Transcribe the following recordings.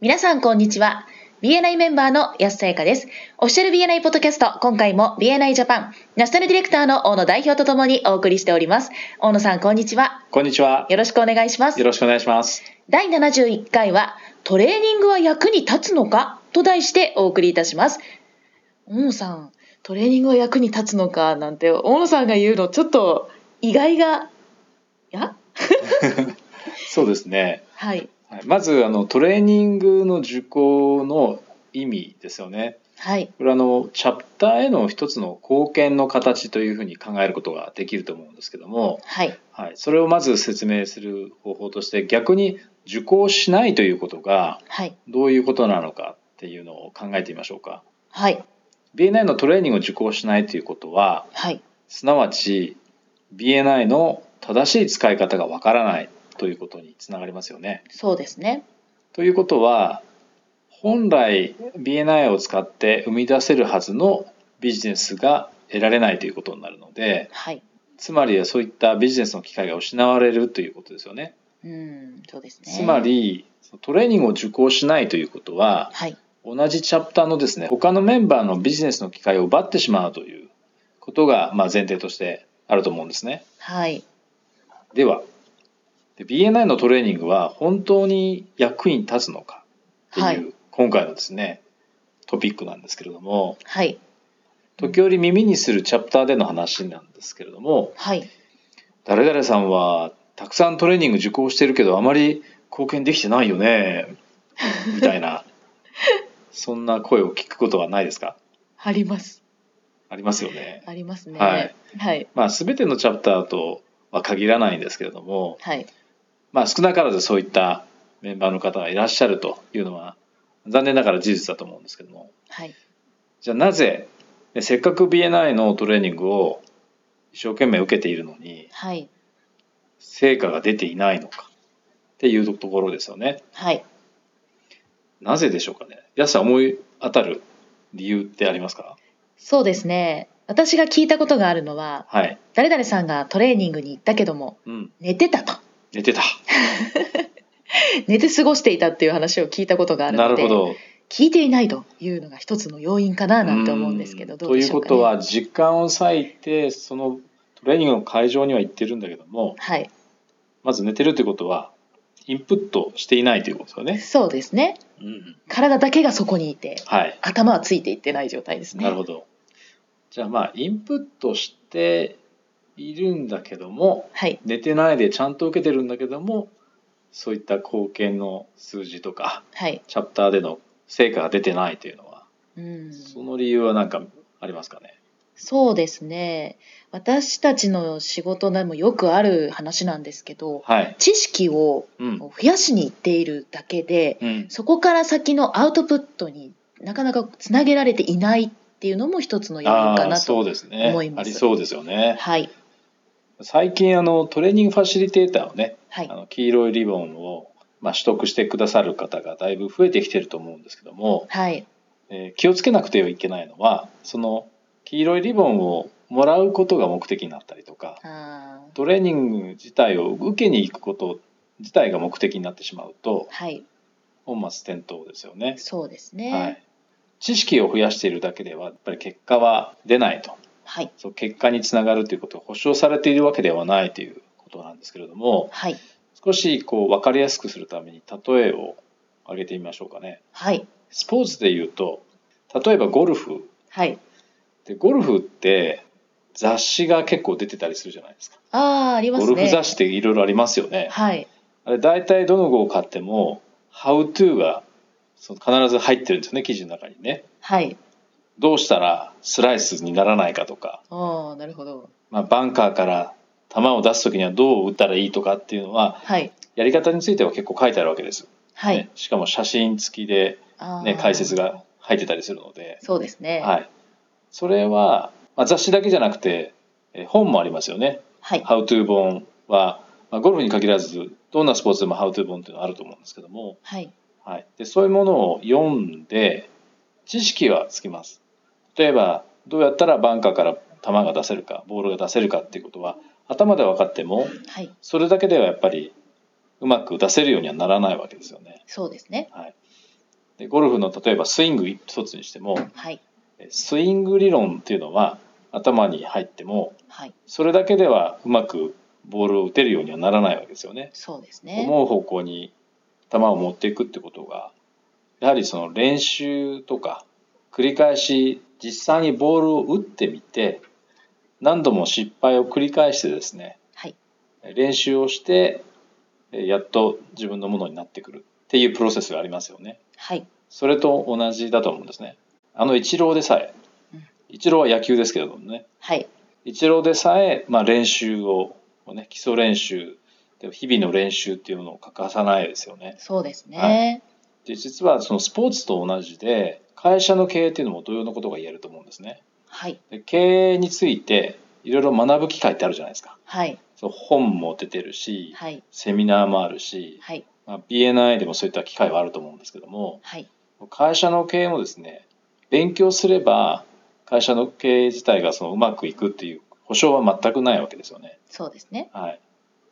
皆さん、こんにちは。BNI メンバーの安さやかです。オフィシャル BNI ポッドキャスト、今回も BNI ジャパン、ナショナルディレクターの大野代表とともにお送りしております。大野さん、こんにちは。こんにちは。よろしくお願いします。よろしくお願いします。第71回は、トレーニングは役に立つのかと題してお送りいたします。大野さん、トレーニングは役に立つのかなんて、大野さんが言うの、ちょっと意外が、やそうですね。はい。まずあのトレーニングの受講の意味ですよね。はい、これあのチャプターへの一つの貢献の形というふうに考えることができると思うんですけども、はい、はい、それをまず説明する方法として逆に受講しないということがどういうことなのかっていうのを考えてみましょうか。はい、 BNI のトレーニングを受講しないということは、はい、すなわち BNI の正しい使い方がわからないということにつながりますよね。そうですねということは本来 BNI を使って生み出せるはずのビジネスが得られないということになるので、はい、つまりはそういったビジネスの機会が失われるということですよね。うんそうですねつまりトレーニングを受講しないということは、はい、同じチャプターのですね他のメンバーのビジネスの機会を奪ってしまうということが、まあ、前提としてあると思うんですね。はい、ではで BNI のトレーニングは本当に役に立つのかっていう、はい、今回のですねトピックなんですけれども、はい、時折耳にするチャプターでの話なんですけれども、はい、誰々さんはたくさんトレーニング受講してるけどあまり貢献できてないよねみたい なそんな声を聞くことはないですかあります。ありますよね。ありますね。はい。はい、まあ全てのチャプターとは限らないんですけれども、はい、まあ、少なからずそういったメンバーの方がいらっしゃるというのは残念ながら事実だと思うんですけども、はい、じゃあなぜせっかく BNI のトレーニングを一生懸命受けているのに、はい、成果が出ていないのかっていうところですよね。はい、なぜでしょうかね安さん思い当たる理由ってありますかそうですね私が聞いたことがあるのは、はい、誰々さんがトレーニングに行ったけども、うん、寝てたと。 寝てた寝て過ごしていたっていう話を聞いたことがあるのでなるほど聞いていないというのが一つの要因かななんて思うんですけどどうでしょうか、ね、ということは時間を割いてそのトレーニングの会場には行ってるんだけども、はい、まず寝てるということはインプットしていないということですよね。そうですね、うん、体だけがそこにいて、はい、頭はついていってない状態ですね。なるほどじゃあまあインプットしているんだけども、はい、寝てないでちゃんと受けてるんだけどもそういった貢献の数字とか、はい、チャプターでの成果が出てないというのは、うん、その理由は何かありますかねそうですね私たちの仕事でもよくある話なんですけど、はい、知識を増やしにいっているだけで、うん、そこから先のアウトプットになかなかつなげられていないっていうのも一つの要因かなと思います。あ、ね、りそうですよね。はい。最近あのトレーニングファシリテーターをね、はい、あの黄色いリボンを、まあ、取得してくださる方がだいぶ増えてきてると思うんですけども、はいえー、気をつけなくてはいけないのはその黄色いリボンをもらうことが目的になったりとかトレーニング自体を受けに行くこと自体が目的になってしまうと、はい、本末転倒ですよね。そうですね、はい、知識を増やしているだけではやっぱり結果は出ないとはい、そう結果につながるということが保証されているわけではないということなんですけれども、はい、少しこう分かりやすくするために例えを挙げてみましょうかね。はい、スポーツでいうと例えばゴルフ、はい、でゴルフって雑誌が結構出てたりするじゃないですか。ああります、ね、ゴルフ雑誌っていろいろありますよね。はい、あれ大体どの号を買っても「How to が」が必ず入ってるんですよね記事の中にね。はい、どうしたらスライスにならないかとかあなるほど、まあ、バンカーから球を出す時にはどう打ったらいいとかっていうのは、はい、やり方については結構書いてあるわけです、はいね、しかも写真付きで、ね、解説が入ってたりするのでそうですね、はい、それは、まあ、雑誌だけじゃなくて、え本もありますよね。はい、 How to 本は、まあ、ゴルフに限らずどんなスポーツでも How to 本っていうのはあると思うんですけども、はいはい、でそういうものを読んで知識はつきます。例えばどうやったらバンカーから球が出せるかボールが出せるかっていうことは頭で分かっても、はい、それだけではやっぱりうまく出せるようにはならないわけですよね。そうですね、はい、でゴルフの例えばスイング一つにしてもはいえスイング理論っていうのは頭に入ってもはいそれだけではうまくボールを打てるようにはならないわけですよね。そうですね。思う方向に球を持っていくってことがやはりその練習とか繰り返し実際にボールを打ってみて何度も失敗を繰り返してですねはい練習をしてえやっと自分のものになってくるっていうプロセスがありますよね。はいそれと同じだと思うんですね。あのイチローでさえうんイチローは野球ですけれどもねはいイチローでさえ、まあ、練習を、ね、基礎練習で日々の練習っていうものを欠かさないですよね。そうですね。で実はそのスポーツと同じで会社の経営っていうのも同様のことが言えると思うんですね。はいで経営についていろいろ学ぶ機会ってあるじゃないですか。はいそう本も出てるしはいセミナーもあるし、はいまあ、BNI でもそういった機会はあると思うんですけどもはい会社の経営もですね勉強すれば会社の経営自体がそのうまくいくっていう保証は全くないわけですよね。そうですね。はい、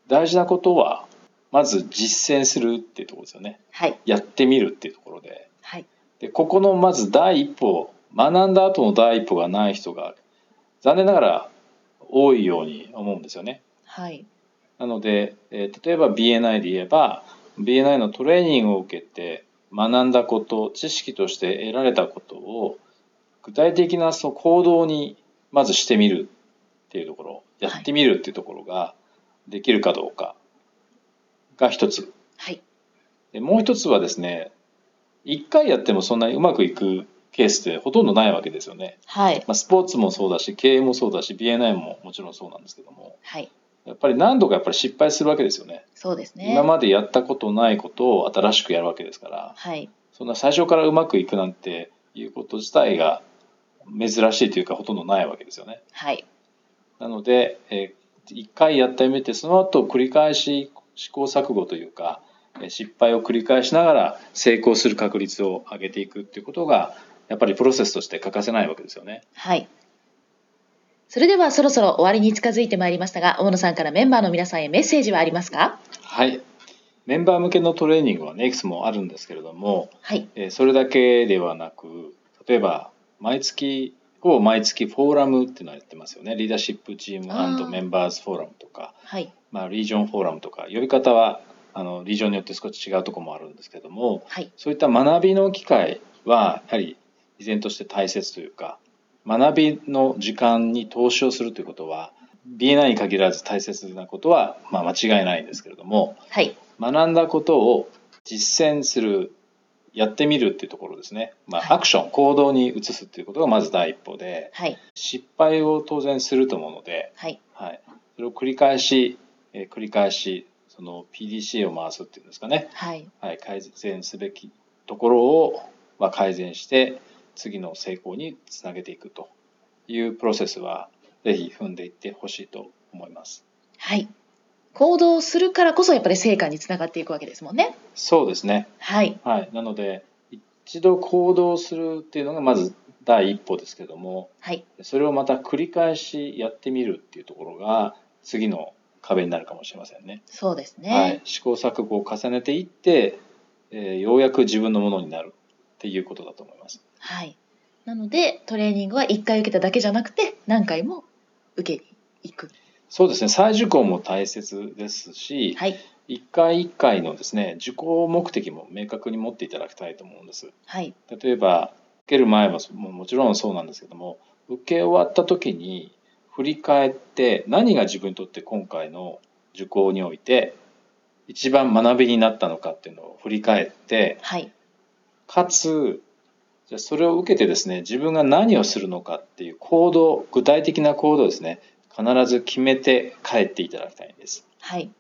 大事なことはまず実践するっていうところですよね。はいやってみるっていうところで。はいでここのまず第一歩学んだ後の第一歩がない人が残念ながら多いように思うんですよね。はいなので、えー例えば BNI で言えば BNI のトレーニングを受けて学んだこと知識として得られたことを具体的なその行動にまずしてみるっていうところやってみるっていうところができるかどうかが一つはいでもう一つはですね一回やってもそんなにうまくいくケースってほとんどないわけですよね、はいまあ、スポーツもそうだし経営もそうだし BNI ももちろんそうなんですけどもはいやっぱり何度かやっぱり失敗するわけですよねそうですね。今までやったことないことを新しくやるわけですからはいそんな最初からうまくいくなんていうこと自体が珍しいというかほとんどないわけですよねはいなので、えー一回やってみてその後繰り返し試行錯誤というかえー失敗を繰り返しながら成功する確率を上げていくっていうことがやっぱりプロセスとして欠かせないわけですよね。はい。それではそろそろ終わりに近づいてまいりましたが、大野さんからメンバーの皆さんへメッセージはありますかはいメンバー向けのトレーニングはねいくつもあるんですけれども、はいえーそれだけではなく例えば毎月ほぼ毎月フォーラムっていうのをやってますよねリーダーシップチーあームメンバーズフォーラムとかはいまあ、リージョンフォーラムとか呼び方はあのリージョンによって少し違うところもあるんですけどもはいそういった学びの機会はやはり依然として大切というか学びの時間に投資をするということは BNI に限らず大切なことは、まあ、間違いないんですけれどもはい学んだことを実践するやってみるっていうところですね、まあ、はいアクション行動に移すっていうことがまず第一歩ではい失敗を当然すると思うのではいはい、それを繰り返し、えー繰り返しその PDCA を回すっていうんですかね、はいはい、改善すべきところを、まあ、改善して次の成功につなげていくというプロセスはぜひ踏んでいってほしいと思います。はい。行動するからこそやっぱり成果につながっていくわけですもんね。そうですね、はいはい、なので一度行動するっていうのがまず第一歩ですけどもはいそれをまた繰り返しやってみるっていうところが次の壁になるかもしれませんね。そうですね。はい、試行錯誤を重ねていって、えーようやく自分のものになるっていうことだと思います。はい。なので、トレーニングは1回受けただけじゃなくて、何回も受けに行く。そうですね再受講も大切ですし、はい。一回一回のですね受講目的も明確に持っていただきたいと思うんです。はい。例えば受ける前はそもうもちろんそうなんですけども受け終わった時に振り返って何が自分にとって今回の受講において一番学びになったのかっていうのを振り返ってはい。かつじゃあそれを受けてですね自分が何をするのかっていう行動具体的な行動をですね必ず決めて帰っていただきたいんですはい。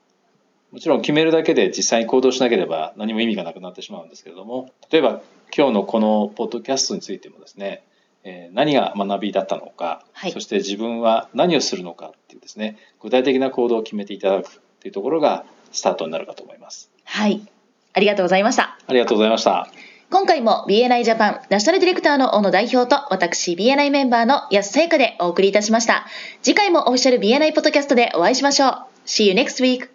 もちろん決めるだけで実際に行動しなければ何も意味がなくなってしまうんですけれども例えば今日のこのポッドキャストについてもですねえー何が学びだったのか、はいそして自分は何をするのかっていうですね具体的な行動を決めていただくっていうところがスタートになるかと思いますはい。ありがとうございました。ありがとうございました今回も BNI ジャパンナショナルディレクターの小野代表と私 BNI メンバーの安さやかでお送りいたしました。次回もオフィシャル BNI ポッドキャストでお会いしましょう。See you next week!